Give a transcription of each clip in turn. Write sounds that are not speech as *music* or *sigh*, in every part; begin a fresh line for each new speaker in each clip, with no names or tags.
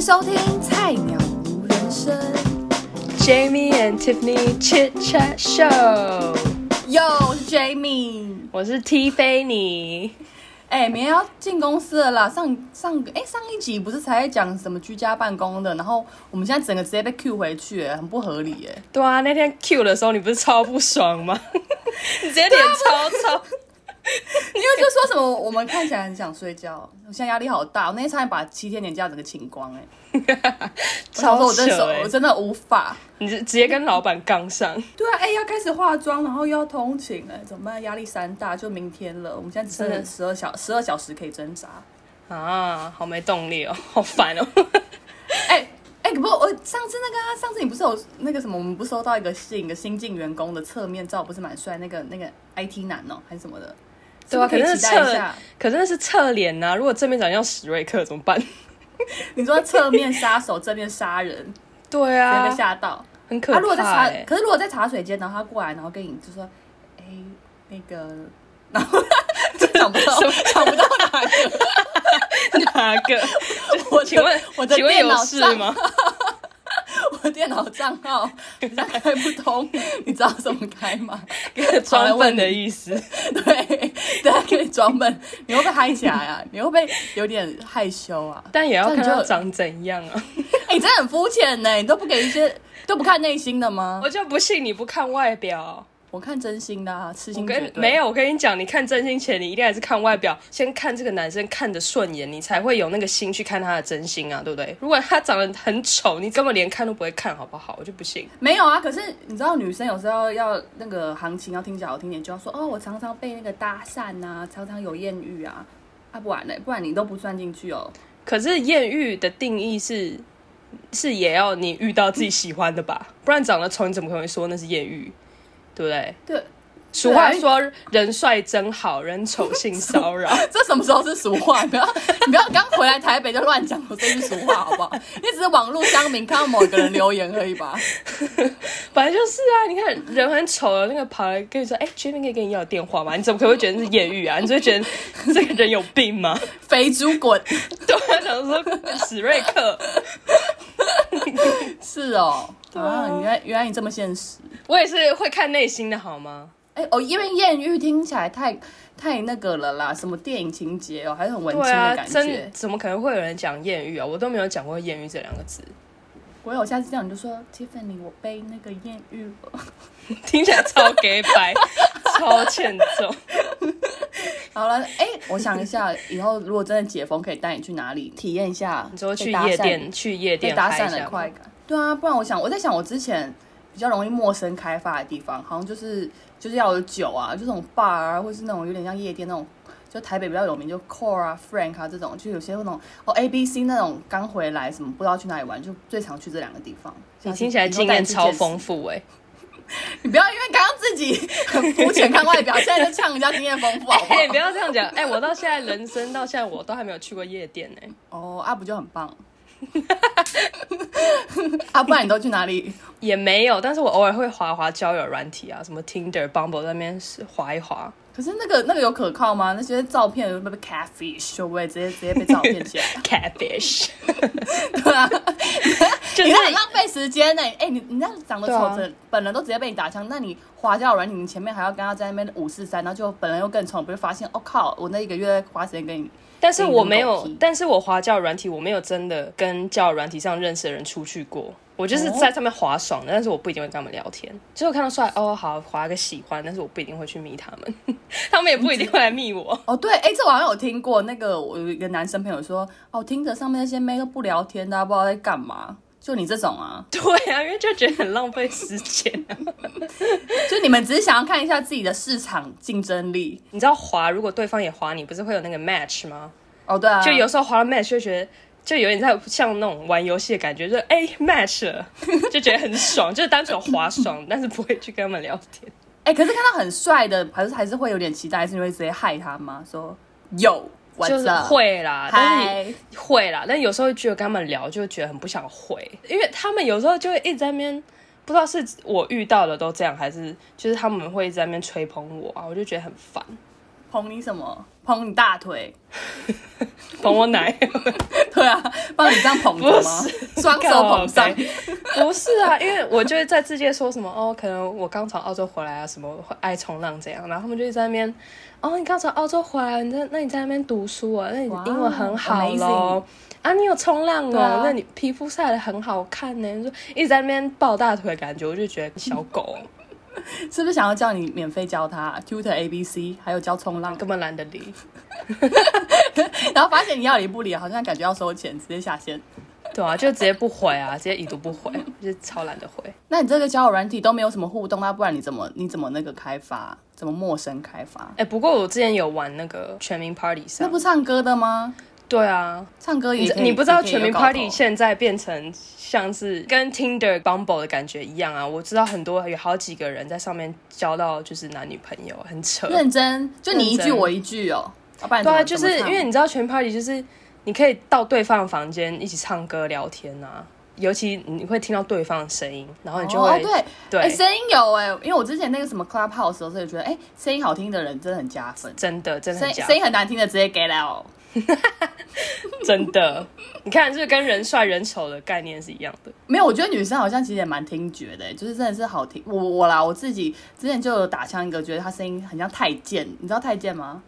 收听《菜鸟无人生》
Jamie and Tiffany Chit Chat Show，
，Yo，我是 Jamie。
我是 T 菲尼。
哎、明天要进公司了啦！上上个哎、上一集不是才在讲什么居家办公的，然后我们现在整个直接被 Q 回去、哎很不合理耶、
对啊，那天 Q 的时候你不是超不爽吗？ *laughs* 你直接脸
啊
超臭。
因为就说什么我们看起来很想睡觉，我现在压力好大，我那天差点把七天年假整个请光 *laughs* 哎、我想说我真
超扯
的
欸
我真的无法。
你直直接跟老板杠上，
对啊，哎、要开始化妆，然后又要通勤了，哎怎么办？压力山大，就明天了。我们现在只
真的
剩十二小十二小时可以挣扎。
啊，好没动力哦， *laughs* 好烦哦。
哎、哎，不，我上次那个、啊，上次你不是有那个什么，我们不是收到一个信，一个新进员工的侧面照，不是蛮帅，那个那个 IT 男哦，还是什么的，
对啊，
是
可
不是可以
是那
期待一
侧
下。，
可是那是侧脸啊呐、如果正面长得像史瑞克怎么办？
你说侧面杀手，正面杀人，
对
直接
啊
被，吓到。
很可
他、啊
怕、欸。
如果在茶，可是如果在茶水间，然后他过来，然后跟你就说，哎、那个，然
*laughs*
后就找不到，找不到哪个。
*laughs* 哪个？
我的
*laughs* 请问，
我的
请问
电
有
脑
事
上
吗？
我电脑账号 *laughs* 好像开不通，你知道怎么开吗？
*laughs* 装笨的意思。
*laughs* 对，对，他可以装笨。你会不会嗨起来啊？你会不会有点害羞啊？
但也要看
这样
他
就
长怎样啊！
哎、你真的很肤浅呢，你都不给一些，都不看内心的吗
我？就不信你不看外表。
我看真心的啊，痴
我
心绝
跟
对。
没，有，我跟你讲，你看真心前，你一定还是看外表，先看这个男生看得顺眼，你才会有那个心去看他的真心啊，对不对？如果他长得很丑，你根本连看都不会看，好不好？我就不信。
没有啊。可是你知道，女生有时候要那个行情要听起来好听点，就要说哦，我常常被那个搭讪啊，常常有艳遇啊。啊，不然呢？不然你都不算进去哦。
可是艳遇的定义是，是也要你遇到自己喜欢的吧？不然长得丑，你怎么可能说那是艳遇？对不对？
对， *laughs*
俗话说，人帅真好，人丑性骚扰。
这什么时候是俗话？你不要，你不要刚回来台北就乱讲我这句俗话，好不好？你只是网络乡民看到某一个人留言而已吧。
本来就是啊，你看人很丑的那个跑来跟你说，哎、j i m m y 可以跟你要电话吗？你怎么可能会觉得是艳遇啊？你就会觉得这个人有病吗？
肥猪滚！
对啊，想说史瑞克，
是哦，
对啊
原来原来你这么现实。
我也是会看内心的好吗？
哎、哦，因为艳遇听起来太太那个了啦，什么电影情节哦，还是很文青
对啊
的，感觉。
真怎么可能会有人讲艳遇啊？我都没有讲过艳遇这两个字，
我有下次这样你就说，Tiffany，我被那个艳遇了，
听起来超 gay 白， *laughs* 超欠揍。
好了，哎、我想一下，以后如果真的解封，可以带你去哪里体验一下？
你说去夜店，去夜
被
店
搭
嗨一
讪
下
的
吗
快感。对啊，不然我想我在想我之前比较容易陌生开发的地方，好像就是就是要有酒啊，就这种 bar 啊，或是那种有点像夜店那种，就台北比较有名就 Core 啊、Frank 啊这种，就有些那种哦 A B C 那种刚回来什么不知道去哪里玩，就最常去这两个地方。
你听起来经验超丰富哎、
你 *laughs* 不要因为刚刚自己 *laughs* 很肤浅看外表，
*laughs*
现在就呛人家经验丰富好不
哎、
好？
不要这样讲哎、我到现在人生到现在我都还没有去过夜店哎、
哦，阿、啊、不就很棒。 *laughs* 啊，不然你都去哪里？
也没有，但是我偶尔会滑滑交友软体啊，什么 Tinder、Bumble 在那边滑一滑。
可是那个那个有可靠吗？那些照片会不会被 catfish，会不会直接直接被照片起来？
*laughs* Catfish，
对 *laughs* 啊，
就
你
是
那很浪费时间呢、哎、你你那长得
对啊
丑，的，本人都直接被你打枪，那你花交友软体，你前面还要跟他在那边五四三，然后就本人又更丑，不是发现哦靠，我那一个月花时间跟你，
但是我没
你
有
很狗屁，
但是我滑交友软体，我没有真的跟交友软体上认识的人出去过。我就是在上面滑爽的，但是我不一定会跟他们聊天。就是我看到帅，哦，好滑个喜欢，但是我不一定会去密他们， *laughs* 他们也不一定会来密我。 *laughs*
哦对，哎、这我好像有听过，那个我有一个男生朋友说，哦听着上面那些妹都不聊天的啊、不知道在干嘛，就你这种啊，
对啊，因为就觉得很浪费时间啊、
就你们只是想要看一下自己的市场竞争力。
你知道滑，如果对方也滑你，不是会有那个 match 吗？
哦对啊，
就有时候滑到 match 就觉得，就有点在像那种玩游戏的感觉，就哎、match 了，就觉得很爽，就是单纯滑
*laughs*
爽，但是不会去跟他们聊天。
哎、可是看到很帅的，还是还是会有点期待，是你会直接害他吗？说有，我
就是会啦，但是
嗨，
你会啦，但有时候觉得跟他们聊就觉得很不想回，因为他们有时候就会一直在那边，不知道是我遇到的都这样，还是就是他们会一直在那边吹捧我啊，我就觉得很烦。
捧你什么？捧你大腿？ *laughs*
捧我奶？
对啊，帮你这样捧着吗？双手捧上
靠，北不是啊，因为我就会在自介说什么哦，可能我刚从澳洲回来啊，什么爱冲浪怎样，然后他们就一直在那边哦，你刚从澳洲回来，你在那你在那边读书啊，那你
哇
英文很好
amazing
喽。啊，你有冲浪哦？
对啊
那你皮肤晒得很好看呢。你说一直在那边抱大腿，的感觉我就觉得小狗
是不是想要叫你免费教他 tutor A B C，还有教冲浪？ *laughs*
根本懒得理。
然后发现你要理不理，好像感觉要收钱，直接下线。
对啊，就直接不回啊，直接已读不回，就超懒得回。
那你这个交友软体都没有什么互动，那不然你怎么你怎么那个开发？怎么陌生开发？
哎、不过我之前有玩那个全民 Party
那
上，
不唱歌的吗？
对啊，
唱歌
你
也可以
你不知
也
道
可以
全民
有搞头
Party 现在变成像是跟 Tinder、Bumble 的感觉一样啊！我知道很多有好几个人在上面交到就是男女朋友，很 *laughs* 扯。
认真，就你一
认
句
真
我一句哦，要不然
*laughs* 对啊，
怎
就
么
是
怎么唱
因为你知道全民 Party 就是你可以到对方的房间一起唱歌聊天啊，尤其你会听到对方的声音，然后你就
哦
会、
对
对
哎，声音有哎，因为我之前那个什么 Clubhouse 的时候也觉得，哎，声音好听的人真的很加分，
真的真的
声
很假
声音很难听的直接 get out。
真的，你看，就是跟人帅人丑的概念是一样的。
没有，我觉得女生好像其实也蛮听觉的、就是真的是好听。我我啦，我自己之前就有打枪一个，觉得她声音很像太监，你知道太监吗？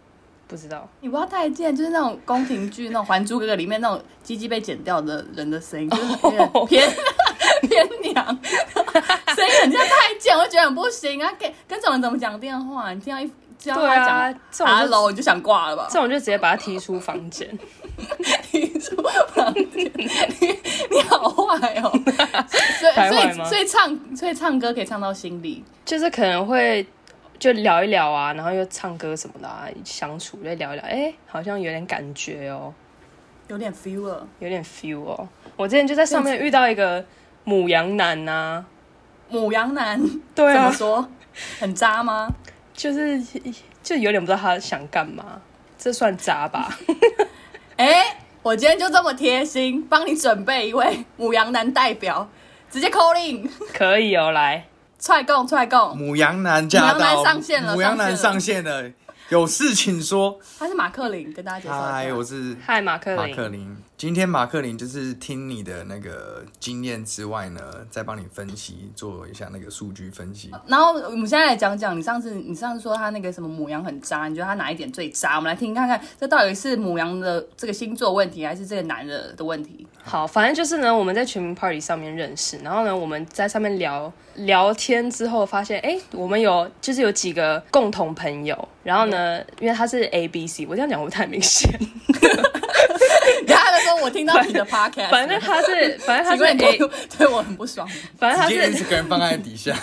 不知道
你不知道太监就是那种宫廷剧那种《还珠格格》里面那种鸡鸡被剪掉的人的声音，就是
*laughs*
有点偏偏娘， *laughs* 声音很像太监，我就觉得很不行啊！跟跟这种人怎么讲电话？你听到一这样
对啊
他
这
讲
种就
“hello”，你就想挂了吧
这？种就直接把他踢出房间。
你说房间你你好坏
*laughs*
哦！所以
太
所
坏
以
吗
所以唱所以唱歌可以唱到心里，
就是可能会就聊一聊啊，然后又唱歌什么的啊，相处再聊一聊，哎、好像有点感觉哦，
有点 feel 了。
有点 feel 哦。我之前就在上面遇到一个母羊男啊呐、
母羊男
对
怎么
啊，
说？很渣吗？
就是就有点不知道他想干嘛，这算渣吧？ *laughs*
哎、我今天就这么贴心，帮你准备一位母羊男代表，直接 call in，
可以哦，来，
踹供踹供，
母羊男驾
母羊男
到，
上线了
母羊男上线了，有事请说。
他是马克林，跟大家介绍
嗨，我
一下。
是
嗨，马克
马
林，
克林。今天马克林就是听你的那个经验之外呢，再帮你分析做一下那个数据分析。
然后我们现在来讲讲，你上次你上次说他那个什么母羊很渣，你觉得他哪一点最渣？我们来听看看，这到底是母羊的这个星座问题，还是这个男的的问
*laughs*
题？
好，反正就是呢，我们在全民 Party 上面认识，然后呢，我们在上面聊聊天之后，发现哎、诶我们有就是有几个共同朋友，然后呢，因为他是 A B C，我这样讲会不会太明显，
然后他就说我听到你的 podcast，
*laughs* 反正他是，反正他
请
是
问你
A，
*laughs* 对我很不爽，
反哎正他
直接
是
Instagram 放在底下，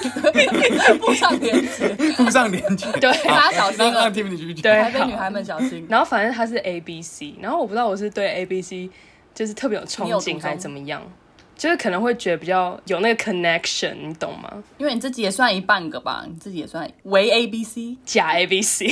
不上连
*laughs*
接，
附上链接。
对
好
大家小心
让
了
让 Tiffany 继续讲。
对
台北女孩们小心。
*laughs* 然后反正他是 A B C，然后我不知道我是对 A B C 就是特别有憧
你有独
憬
钟
还是怎么样，就是可能会觉得比较有那个 connection，你懂吗？
因为你自己也算一半个吧，你自己也算为 A B C，
假 A B C。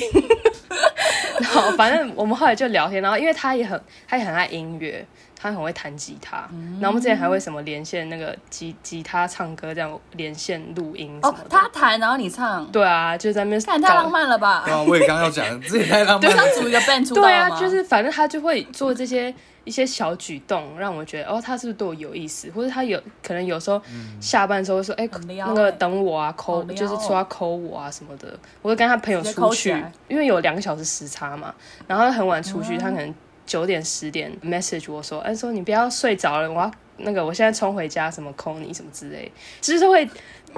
然后反正我们后来就聊天，然后因为他也很他也很爱音乐，他很会弹吉他，然后我们之前还会什么连线那个吉吉他唱歌这样连线录音什
哦
么，的。
他弹然后你唱，
对啊，就在那边
看太
搞
浪漫了吧？
对啊，我也刚要讲，这也太浪漫
刚
了。
组一个 band 出道
对啊
了，吗
就是反正他就会做这些一些小举动，让我觉得哦，他是不是对我有意思，或者他有可能有时候下班的时候会说，哎、
很撩
那个
欸
等我啊，
好
抠，
撩哦
就是说要抠我啊什么的。我就跟他朋友
直接
出
抠起
去
来，嗯
因为有两个小时时差嘛，然后很晚出去，他可能九点十点 message 我说，哎、说你不要睡着了，我要。那个，我现在冲回家，什么抠你什么之类，就是会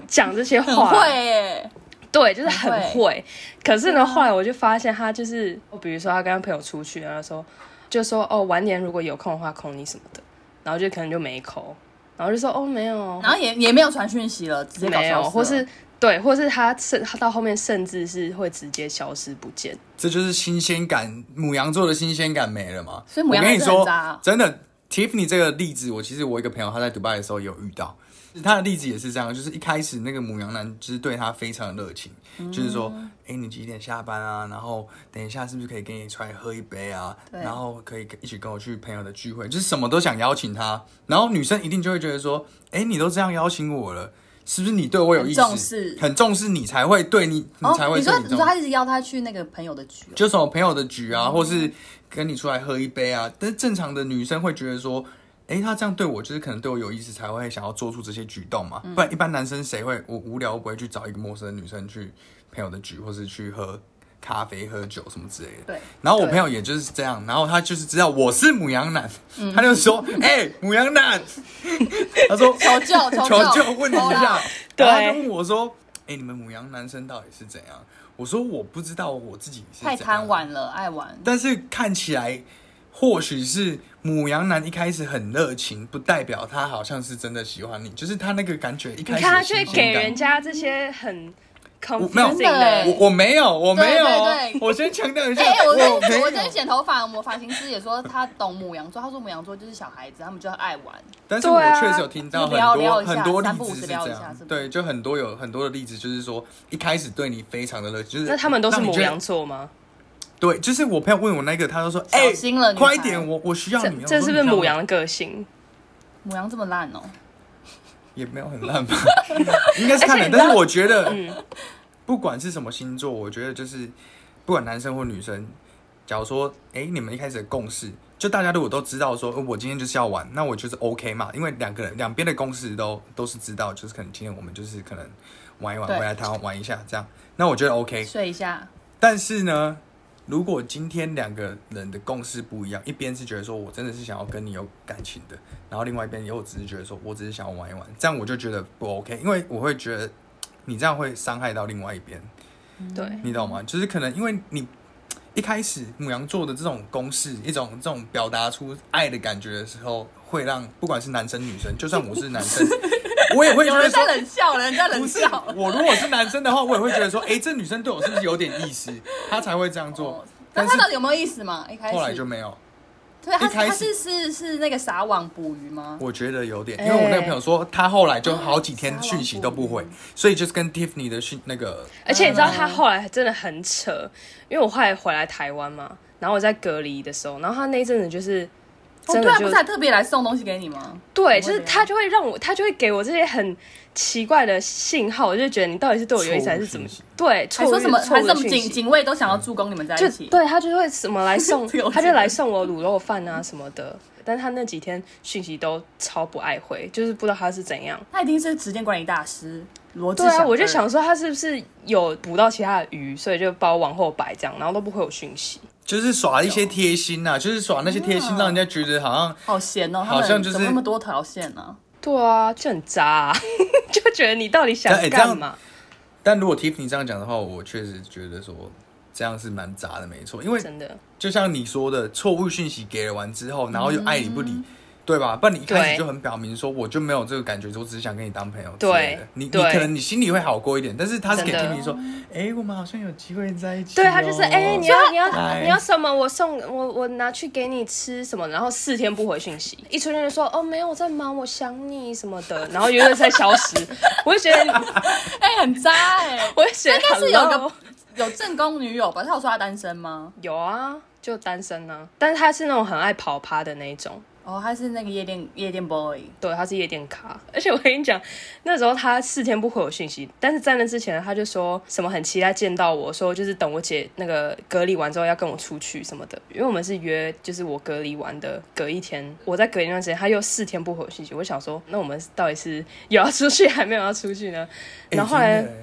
讲这些
很
话，
会耶，
对，就是很
很会
会。啊可是呢，后来我就发现他就是，比如说他跟他朋友出去，然后说就说哦，晚点如果有空的话，扣你什么的，然后就可能就没扣，然后就说哦没有，
然后也也没有传讯息了，直接搞
没有，
消失了
或是对，或是他甚他到后面甚至是会直接消失不见。
这就是新鲜感，母羊座的新鲜感没了嘛。
所以母羊
我跟你
还是很
说
渣啊，
真的，Tiffany 这个例子，我其实我一个朋友他在迪拜的时候也有遇到，他的例子也是这样，就是一开始那个母羊男就是对他非常的热情，
嗯
就是说，哎、你几点下班啊？然后等一下是不是可以跟你出来喝一杯啊？
对
然后可以一起跟我去朋友的聚会，就是什么都想邀请他。然后女生一定就会觉得说，哎、你都这样邀请我了。是不是你对我有意思，
很重视哦
很重视你才会对你，你才会
你
对
说
你
你说
重视。
他一直邀他去那个朋友的局哦，
就什么朋友的局啊，或是跟你出来喝一杯啊，但是正常的女生会觉得说，诶，他这样对我，就是可能对我有意思，才会想要做出这些举动嘛。
嗯
不然一般男生谁会我无聊不会去找一个陌生的女生去朋友的局，或是去喝咖啡、喝酒什么之类的。 *laughs*
对，
然后我
对
朋友也就是这样，然后他就是知道我是母羊男，
嗯
*laughs* 他就说：“哎、母
*laughs*
羊男，他说
求救
求
求
救，问你一下。”
对
然后他就问我说：“哎、你们母羊男生到底是怎样？”我说：“我不知道我自己是
*laughs* 太
怎样
贪玩了，爱玩。
但是看起来或许是母羊男一开始很热情，不代表他好像是真的喜欢你，就是他那个感觉一
你
开始
看他
的
就
新
会
鲜
给
感
人家这些很
我没有
confusing
真
的
的，
我我没有我没有哦，
对对对
我先强调一下，
哎、我
我没
跟我
有
今。天剪头发，我们发型师也说他懂母羊座，他说母羊座就是小孩子，他们就爱玩。
但是
对
我
啊
确实有听到
你
很
聊
多
聊一下
很多例
三不五
子
时
是这
聊一下
样
是不，是
对，就很多有很多的例子，就是说一开始对你非常的热，情，就是
那他们都是
让你
母
觉得
羊，座吗？
对，就是我朋友问我那个，他就说，
小
哎，
心了女孩
快一点，我我需要
这
你哦，
这
我说
是不是
你知道
母
吗
羊的个性？
母羊这么烂哦、
也没有很烂
*laughs*
吧，应该是
而
看
且你
人。
知道嗯
但是我觉得，不管是什么星座，我觉得就是不管男生或女生，假如说，哎、你们一开始的共识，就大家如果都知道说，呃我今天就是要玩，那我就是 OK 嘛，因为两个人两边的共识都都是知道，就是可能今天我们就是可能玩一玩，
对
回来台湾玩一下这样，那我觉得 OK。
睡一下，
但是呢，如果今天两个人的共识不一样，一边是觉得说我真的是想要跟你有感情的，然后另外一边又只是觉得说我只是想要玩一玩，这样我就觉得不 OK，因为我会觉得你这样会伤害到另外一边，
对，
你懂吗？就是可能因为你一开始母羊座的这种公式，一种这种表达出爱的感觉的时候，会让不管是男生女生，就算我是男生，我也会觉
有
得
人
说
在。冷笑了，人在
不
冷
是
笑了。
我，如果是男生的话，我也会觉得说，哎、这女生对我是不是有点意思，她才会这样做
哦。那
但
他
是
到底有没有意思嘛？一开始
后来就没有，
对，他
一开
他
始
是是是那个撒网捕鱼吗？
我觉得有点，
哎
因为我那个朋友说，他后来就好几
撒
天
网
讯息都不回
捕鱼，
所以就是跟 Tiffany 的讯那个，
而且你知道他后来真的很扯，因为我后来回来台湾嘛，然后我在隔离的时候，然后他那一阵子就是
哦，
真
对
的
啊，
就、
不是还特别来送东西给你吗？
对，
怎
就
么会
是他就会让我，他就会给我这些很奇怪的信号，我就觉得你到底是对我有意思
错误
还是怎么
讯息？
对，
还
错误
说什么？
错
还
误
是什么
的讯
警
息。
警卫都想要助攻你们在
就
一起？
对他就会什么
*laughs*
来送
这个我，
他
记
就
得
来送我卤肉饭啊什么的，但他那几天讯息都超不爱回，就是不知道他是怎样。
他一定是时间管理大师罗志
对
祥
啊，
二。
我就想说他是不是有捕到其他的鱼，所以就把我往后摆这样，然后都不回我讯息。
就是耍一些贴心呐、就是耍那些贴心，
嗯
让人家觉得好像
好闲哦，他
好
们
像就是
怎么那么多条线呢？ *laughs*
对啊，就很渣、啊， *laughs* 就觉得你到底想
但哎这样
干嘛？
但如果 Tiffany 这样讲的话，我确实觉得说这样是蛮杂的，没错。因为
真的，
就像你说的，错误讯息给了完之后，然后又爱理不理，对吧？不然你一开始
对
就很表明说，我就没有这个感觉，我只是想跟你当朋友之
对
类的。你你
对
可能你心里会好过一点，但是他是给
真的
Tiffany 说，哎、我们好像有机会在一起哦、
对他就是哎、你要你要
哎
你要什么？我送我我拿去给你吃什么？然后四天不回讯息，一出现就说哦没有我在忙，我想你什么的，然后永远在消失。我就觉得，
哎，很渣哎！
我就觉得
应该是有
hello
个有正宫女友吧？他有说他单身吗？
有啊，就单身啊，但是他是那种很爱跑趴的那一种。
哦，他是那个夜店夜店 boy，
对，他是夜店咖，而且我跟你讲，那时候他四天不回我讯息，但是在那之前他就说什么很期待见到我，说就是等我姐那个隔离完之后要跟我出去什么的，因为我们是约就是我隔离完的隔一天，我在隔离那段时间他又四天不回我讯息，我想说那我们到底是有要出去还没有要出去呢？
哎
然后后来
真的哎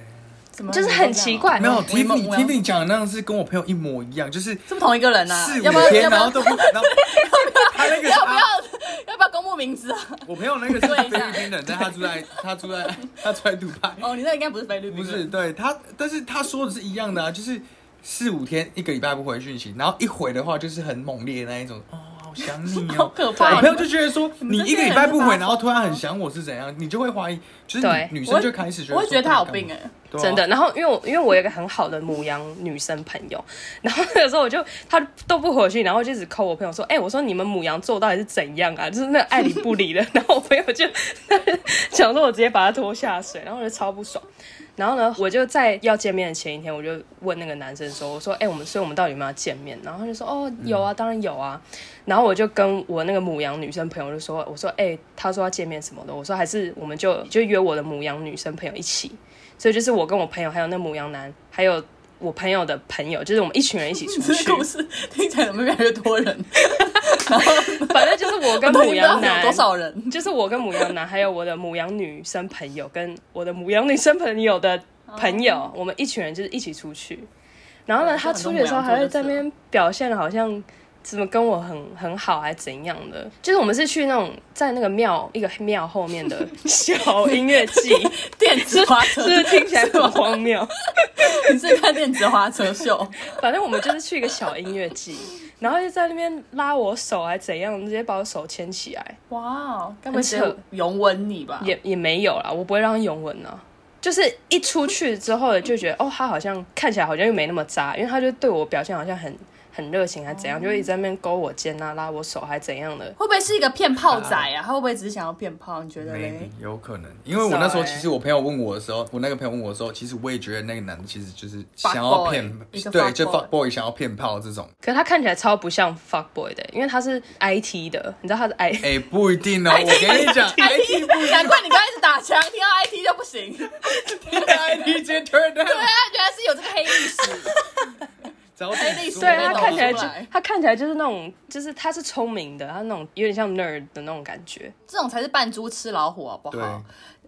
怎么
就是很
啊
奇怪，
没有
我也
Tiffany
我也
Tiffany 讲的那样是跟我朋友一模一样，就是
是不是同一个人啊？
四五
要不要
天，
要不
然
要
后都不，然后他那个是阿
要不要公布名字啊？
我朋友那个是
对一
菲
下
律宾人，但他住在他住在他住在杜拜，
哦，你那应该不是菲律宾
不
人，
是对他，但是他说的是一样的啊，就是四五天一个礼拜不回讯息，然后一回的话就是很猛烈的那一种，哦，好想你
*laughs* 好
哦。
可
我
怕
朋。友就觉得说，你
你们这些
一个
人
礼拜不
是发
回，
疯
然后突然很想我是怎样，你就会怀疑，就是
对
女女
我
生
会
就开始觉得，
我会觉得他有病哎、
对啊
真的。然后因为我因为我有一个很好的母羊女生朋友， *laughs* 然后有时候我就她都不回去，然后就只扣我朋友说，哎、我说你们母羊座到底是怎样啊？就是那爱理 *laughs* 不理的。然后我朋友就想说，我直接把她拖下水，然后我就超不爽。然后呢，我就在要见面的前一天，我就问那个男生说：“我说，哎、我们所以我们到底有没有要见面？”然后他就说：“哦，有
嗯
啊，当然有啊。”然后我就跟我那个母羊女生朋友就说：“我说，哎、他说要见面什么的，我说还是我们就就约我的母羊女生朋友一起。”所以就是我跟我朋友，还有那母羊男，还有我朋友的朋友，就是我们一群人一起出
*laughs* 这
去
个。故事听起来怎么越来越多 *laughs* 人？
反正就是我跟
到底
母
不知道
羊
有
男
多，少人？
就是我跟母羊男，还有我的母羊女生朋友，跟我的母羊女生朋友的朋友，我们一群人就是一起出去。然后呢，
哦
他
这很
出
多
去的时候
母羊座
还会
就是
在那边表现的好像怎么跟我很很好，还怎样的？就是我们是去那种在那个庙一个庙后面的小音乐
*laughs*
季，
*laughs* 电子花车
是不是听起来很荒谬？
*laughs* 你是看电子花车秀？
反正我们就是去一个小音乐季，然后就在那边拉我手，还怎样，直接把我手牵起来。
哇哦，该不会直
很扯
接拥吻你吧？
也也没有啦，我不会让他拥吻啊。就是一出去之后就觉得，哦，他好像看起来好像又没那么渣，因为他就对我表现好像很很热情，还怎样，就一直在那边勾我肩啊、拉我手，还怎样的。
会不会是一个骗炮仔啊？他会不会只是想要骗炮？你觉得
maybe
嘞？
有可能，因为我那时候
不知道欸
其实我朋友问我的时候，我那个朋友问我的时候，其实我也觉得那个男的其实就是想
Fuck
要
boy，
骗
一个，
对，
fuck
就
boy
fuck boy 想要骗炮这种，
可是他看起来超不像 fuck boy 的，因为他是 IT 的，你知道他是 I，
哎，不一
*laughs*
定哦，我跟你讲，IT 不一
难怪你刚开始打枪，听到 IT 就不 *laughs* 行，
定，IT 直接 turn
对
down，
啊，原来是有这个黑历史。
早
黑
点
历史
说
*laughs* 对
我没
他
搞
看起来
出
就
来
他看起来就是那种，就是他是聪明的，他那种有点像 nerd 的那种感觉。
*laughs* 这种才是扮猪吃老虎，好不
对
好？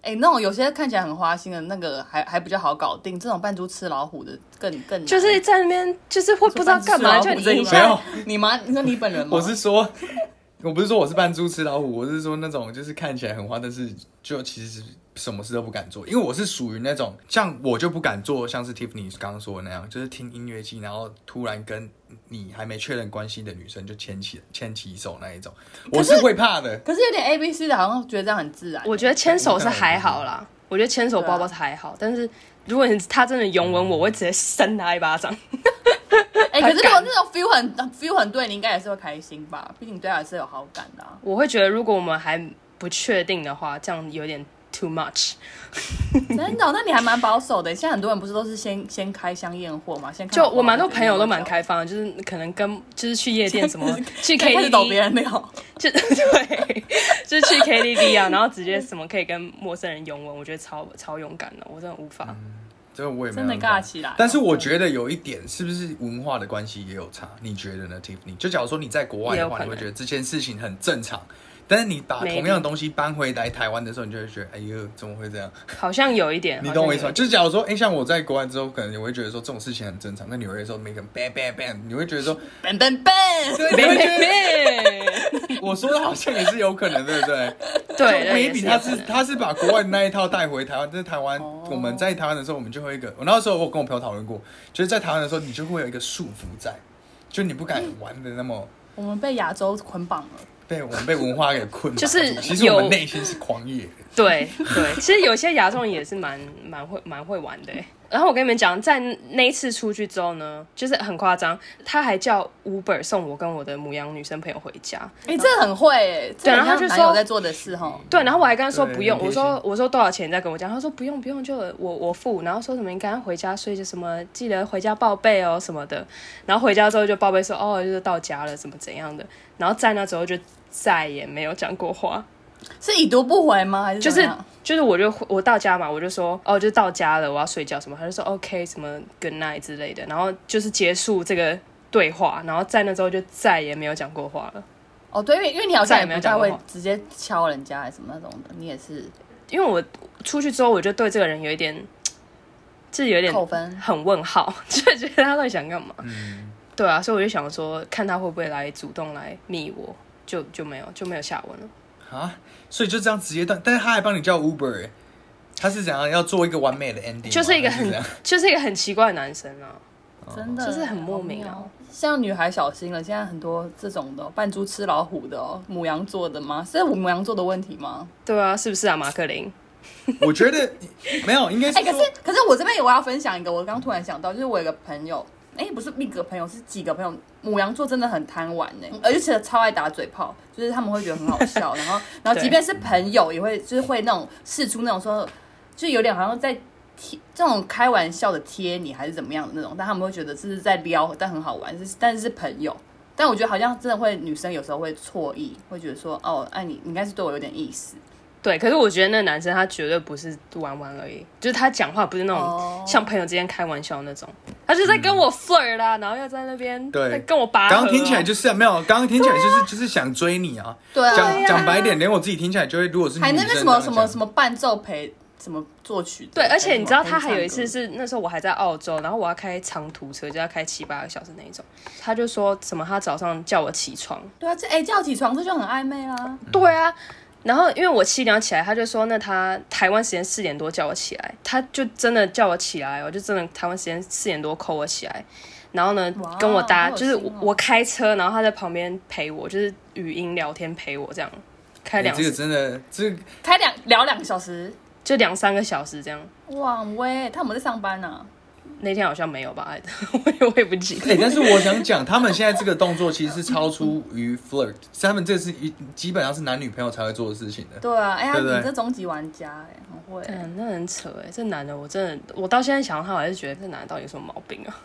哎、那种有些看起来很花心的那个还还比较好搞定，这种扮猪吃老虎的更更难
就是在那边，就是会不知道干嘛，
说
就
扮猪吃老虎这
你一
一
没
下
有
派你妈，你说你本人吗？
我是说， *laughs* 我不是说我是扮猪吃老虎，我是说那种就是看起来很花，但是就其实什么事都不敢做，因为我是属于那种像我就不敢做，像是 Tiffany 刚刚说的那样，就是听音乐季，然后突然跟你还没确认关系的女生就牵起牵起手那一种，我是会怕的。
可是有点 A B C 的，好像觉得这样很自然。
我觉得牵手是还好啦，我觉得牵手抱抱是还好，但是如果你他真的拥吻我，我会直接扇他一巴掌。
哎、可是如
他
果
敢
那种 feel 很 feel 很对，你应该也是会开心吧？毕竟你对他也是有好感的、啊。
我会觉得，如果我们还不确定的话，这样有点 too much。嗯
真的哦、那你还蛮保守的。现在很多人不是都是先先开箱验货嘛？先看
就
好不好
我蛮多朋友都蛮
再决定要不要
开放的，就是可能跟就是去夜店什
*laughs*
么去
开始抖别
KTV，
人料，
就 *laughs* 对，就是去 KTV 啊，然后直接什么可以跟陌生人拥吻，我觉得超超勇敢的，我真的无法。
嗯这我也没
真的
办法
尬起来
哦
但是我觉得有一点，是不是文化的关系也有差？你觉得呢，Tiffany？就假如说你在国外的
也有
话，
可
你
能
会觉得这件事情很正常，但是你把
Maybe
同样的东西搬回来台湾的时候，你就会觉得，哎呦，怎么会这样？
好像有一点，
你懂我意思
好像
吗？就是假如说，哎、像我在国外之后，可能你会觉得说这种事情很正常，那你会说每个人 bang bang bang，你会觉得说， *laughs*
笨笨笨。
对，
有
你
一
会
点。
觉得
妹妹
我说的好像也是有可能，对不对？
对对，也是
，maybe 他
有可
是
能哦
他是把国外的那一套带回台湾，但是台湾、我们在台湾的时候，我们就会有一个，我那时候我跟我朋友讨论过，就是在台湾的时候，你就会有一个束缚在，就你不敢玩的那么。
我们被亚洲捆绑了，
被我们被文化给困
*laughs*
住
就是
其实我们
有
内心是狂野的，
*laughs* 对对，其实有些亚洲人也是蛮蛮会蛮会玩的欸。然后我跟你们讲，在那一次出去之后呢，就是很夸张，他还叫 Uber 送我跟我的母羊女生朋友回家。
哎、这很会、欸，这很
啊然后
像
他就
男友
说
在做的事哈。
对，然后我还跟他说
嗯对
不用，
很
我
贴心
说我说多少钱你再跟我讲，他说不用不用，就我我付。然后说什么你赶快回家睡，就什么记得回家报备哦什么的。然后回家之后就报备说哦就是到家了怎么怎样的。然后在那之后就再也没有讲过话。
是已读不回吗？还是
就
怎么
是
样
就是，我就我到家嘛，我就说哦，就到家了，我要睡觉什么，他就说 OK 什么 Good night 之类的，然后就是结束这个对话，然后在那之后就再也没有讲过话了，
哦，对，因为因为你好像也不太
再也没
会
有讲过话
直接敲人家还是什么那种的，你也是
因为我出去之后，我就对这个人有一点，就是有点
扣分
很问号， *laughs* 就觉得他到底想干嘛？
嗯
对啊，所以我就想说，看他会不会来主动来密我，就就没有就没有下文了。
啊，所以就这样直接断，但是他还帮你叫 Uber，欸他是怎样要做一个完美的 ending，吗
就是一个
还
很
这样
就是一个很奇怪的男生啊，
真的，
就是很莫名啊
好妙。像女孩小心了，现在很多这种的哦、扮猪吃老虎的哦，母羊座的吗？是母羊座的问题吗？
对啊，是不是啊，马克林？
我觉得没有，应该是
哎、
说
可是可是我这边有我要分享一个，我刚突然想到，就是我有个朋友，哎、不是一个朋友，是几个朋友，母羊座真的很贪玩呢、而且超爱打嘴炮，就是他们会觉得很好笑，然后然后 *laughs*
对
即便是朋友也会就是会那种试出那种说，就有点好像在贴这种开玩笑的贴你还是怎么样的那种，但他们会觉得这是在撩，但很好玩，是但是是朋友。但我觉得好像真的会，女生有时候会错意，会觉得说，哦，哎、你你应该是对我有点意思，
对，可是我觉得那男生他绝对不是玩玩而已，就是他讲话不是那
哦
种像朋友之间开玩笑那种，他就在跟我 flirt 啦、然后要在那边
嗯对
在跟我拔河啊、
刚刚听起来就是没有，刚刚听起来就是、就是想追你啊。
对啊
讲讲白一点，连我自己听起来就会，如果是女
还
生
那边什么什么什
么，
么伴奏陪什么作曲的，
对，而且你知道他
哎
陪
还有一次
唱歌
是那时候我还在澳洲，然后我要开长途车，就要开七八个小时那一种，他就说什么他早上叫我起床，
对啊，这哎、叫起床这就很暧昧啦，
对啊，然后因为我七点要起来，他就说那他台湾时间四点多叫我起来，他就真的叫我起来哦，我就真的台湾时间四点多扣我起来，然后呢
哇
跟我搭，
好有
就是
心
我
哦
我开车，然后他在旁边陪我，就是语音聊天陪我这样，开
哎
两、
这个真的，这个
开两聊两个小时，
就两三个小时这样。
哇喂，他们在上班呢、啊
那天好像没有吧， *laughs* 我也我也不记
哎、
得。
但是我想讲，他们现在这个动作其实是超出于 flirt，他们这是一基本上是男女朋友才会做的事情的。
对啊，哎、呀，
对不对
你这终极玩家哎、很会、
嗯，那很扯哎、这男的我真的，我到现在想到他，我还是觉得这男的到底有什么毛病啊？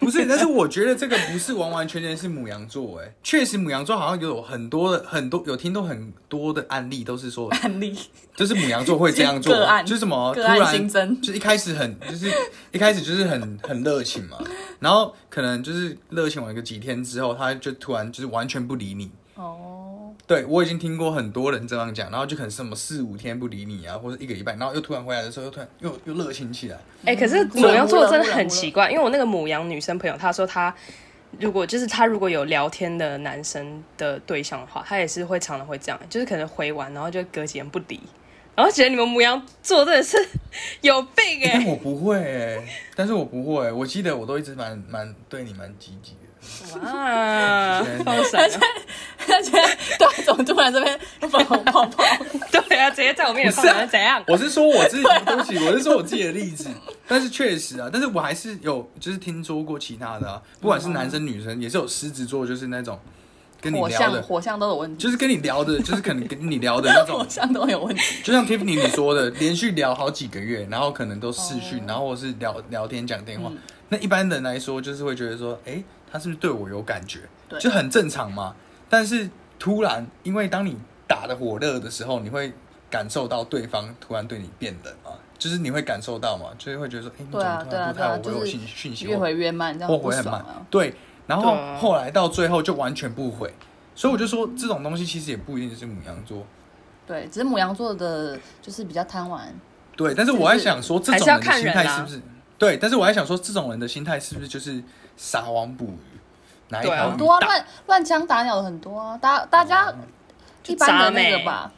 不是，但是我觉得这个不是完完全全是母羊座、哎，确实母羊座好像有很多的很多有听到很多的案例，都是说
案例，
就是母羊座会这样
*laughs*
做，
个案
就是什么突
个案
然
新增
就是一开始很就是一开始就是很很热情嘛，然后可能就是热情完个几天之后，他就突然就是完全不理你。
*laughs* 哦，
对我已经听过很多人这样讲，然后就可能什么四五天不理你啊，或者一个礼拜，然后又突然回来的时候又突然又又热
*laughs*
情起来。
哎、可是母羊座真的很奇怪，因为我那个母羊女生朋友，她说她如果就是她如果有聊天的男生的对象的话，她也是会常常会这样，就是可能回完然后就隔几天不理，然后觉得你们母羊座真的是 *laughs* 有病
*laughs*
哎、
但我不会、欸，但是我不会、我记得我都一直蛮蛮对你蛮积极的。
哇，放闪啊！
而且对，啊怎么突然这边粉红泡泡？
*laughs* 对啊，直接在我面前放闪怎样？
我是说我自己，对不起，我是说我自己的
*laughs*
例子。但是确实啊，但是我还是有就是听说过其他的啊，不管是男生女生，也是有狮子座，就是那种跟你
火
聊
象
的，
火象都有问题，
就是跟你聊的，就是可能跟你聊的那种
火象都有问题，
就像 Tiffany 你
*laughs*
说的，连续聊好几个月，然后可能都视讯
哦
然后或是聊聊天、讲电话、
嗯
那一般人来说，就是会觉得说，哎、他是不是对我有感觉？
对
就很正常嘛。但是突然，因为当你打的火热的时候，你会感受到对方突然对你变冷嘛，就是你会感受到嘛，就是会觉得说，哎、你怎
对啊
么突
对啊
然不
对
太
啊，
我回
就
我
是
信讯息？
越
我
回越慢，这样
后
不
悔很
爽
慢
啊。。
对，然
对
后
啊
后来到最后就完全不回，所以我就说这种东西其实也不一定是母羊座。
对，只是母羊座的，就是比较贪玩，
对，但是我在想说，这
还
种
是要
人的
看
心
人啊
态
啦
是不是？对，但是我在想说，这种人的心态是不是就是撒网捕鱼，拿一
对啊
条
很
鱼
多啊，
打？
乱乱枪打鸟的很多啊，大大
哦
家一般的那个吧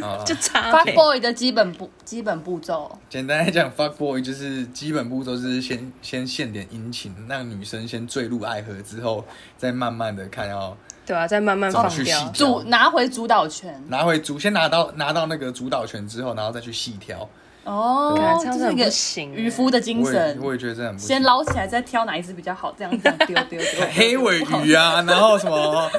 好啦
就差
，fuck
点
boy 的基本步基本步骤，
简单来讲，fuck boy 就是基本步骤是先先献点殷勤，让女生先坠入爱河之后，再慢慢的看要
对啊，再慢慢
怎么
放
去
掉
细。
主
挑，
拿回主导权。
拿回主先拿到拿到那个主导权之后，然后再去细挑。
哦
对啊，这
这
样
是
真
一个
的不行欸
渔夫的精
我也
神，
我也觉得这很不行
先捞起来，再挑哪一只比较好，这样子丢丢丢。
黑尾鱼啊，然后什么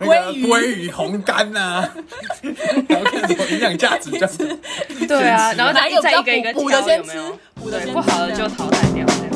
那个
鲑鱼
鲑鱼红干呐、啊， *laughs* 然后看什么营养价值这样子。
对啊，
先吃
*laughs* 然后再
哪一个比
再
较
一个一个
补补
挑
的先
有没有
吃？补的
对，
先
不好的
吃
就淘汰掉这样。